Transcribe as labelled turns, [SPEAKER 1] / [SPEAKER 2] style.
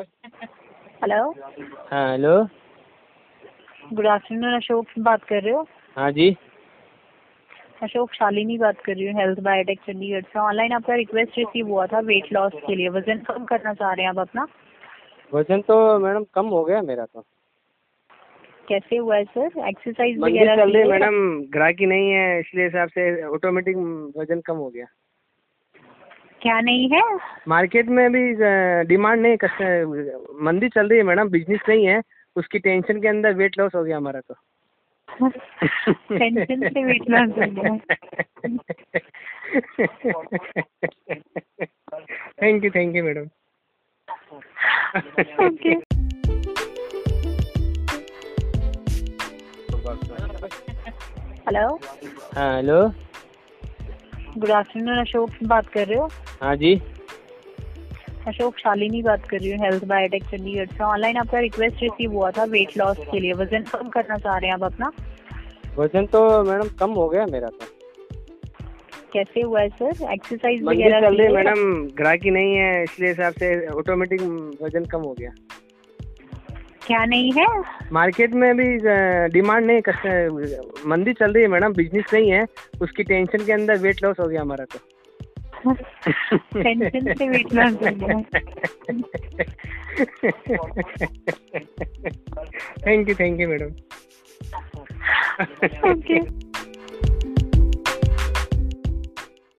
[SPEAKER 1] Hello
[SPEAKER 2] हाँ hello
[SPEAKER 1] good afternoon Ashok से बात कर रहे हो
[SPEAKER 2] हाँ जी
[SPEAKER 1] अशोक शालिनी बात कर रही हूँ हेल्थ बायोटेक चंडीगढ़ से ऑनलाइन आपका रिक्वेस्ट रिसीव हुआ था वेट लॉस के लिए वजन कम करना चाह रहे हैं आप अपना
[SPEAKER 2] वजन तो मैडम कम हो गया मेरा तो
[SPEAKER 1] कैसे हुआ है सर एक्सरसाइज
[SPEAKER 2] मंदी
[SPEAKER 1] वगैरह
[SPEAKER 2] चल रही है
[SPEAKER 1] की है?
[SPEAKER 2] मैडम ग्राहकी नहीं है इसलिए हिसाब से ऑटोमेटिक वजन कम हो गया
[SPEAKER 1] क्या नहीं है
[SPEAKER 2] मार्केट में अभी डिमांड नहीं कस्ट मंदी चल रही है मैडम बिजनेस नहीं है उसकी टेंशन के अंदर वेट लॉस हो गया हमारा तो
[SPEAKER 1] टेंशन से वेट लॉस हो गया
[SPEAKER 2] thank you thank you madam
[SPEAKER 1] Okay. Hello
[SPEAKER 2] हाँ हेलो
[SPEAKER 1] गुड आफ्टरनून अशोक से बात कर रहे हो
[SPEAKER 2] हाँ जी
[SPEAKER 1] अशोक शालिनी बात कर रही हूँ हेल्थ बायोटेक चंडीगढ़ से ऑनलाइन अच्छा, आपका रिक्वेस्ट रिसीव हुआ था वेट लॉस के लिए वजन कम करना चाह रहे हैं आप अपना
[SPEAKER 2] वजन तो मैडम कम हो गया मेरा तो
[SPEAKER 1] कैसे हुआ है सर एक्सरसाइज
[SPEAKER 2] मंदी
[SPEAKER 1] वगैरह
[SPEAKER 2] चल
[SPEAKER 1] की
[SPEAKER 2] रही है
[SPEAKER 1] है?
[SPEAKER 2] मैडम ग्राहकी नहीं है इसलिए हिसाब से ऑटोमेटिक वजन कम हो गया
[SPEAKER 1] क्या नहीं है
[SPEAKER 2] मार्केट में अभी डिमांड नहीं कस्ट मंदी चल रही है मैडम बिजनेस नहीं है उसकी टेंशन के अंदर वेट लॉस हो गया हमारा तो
[SPEAKER 1] टेंशन से वेट लॉस हो गया
[SPEAKER 2] thank you thank you madam
[SPEAKER 1] Okay.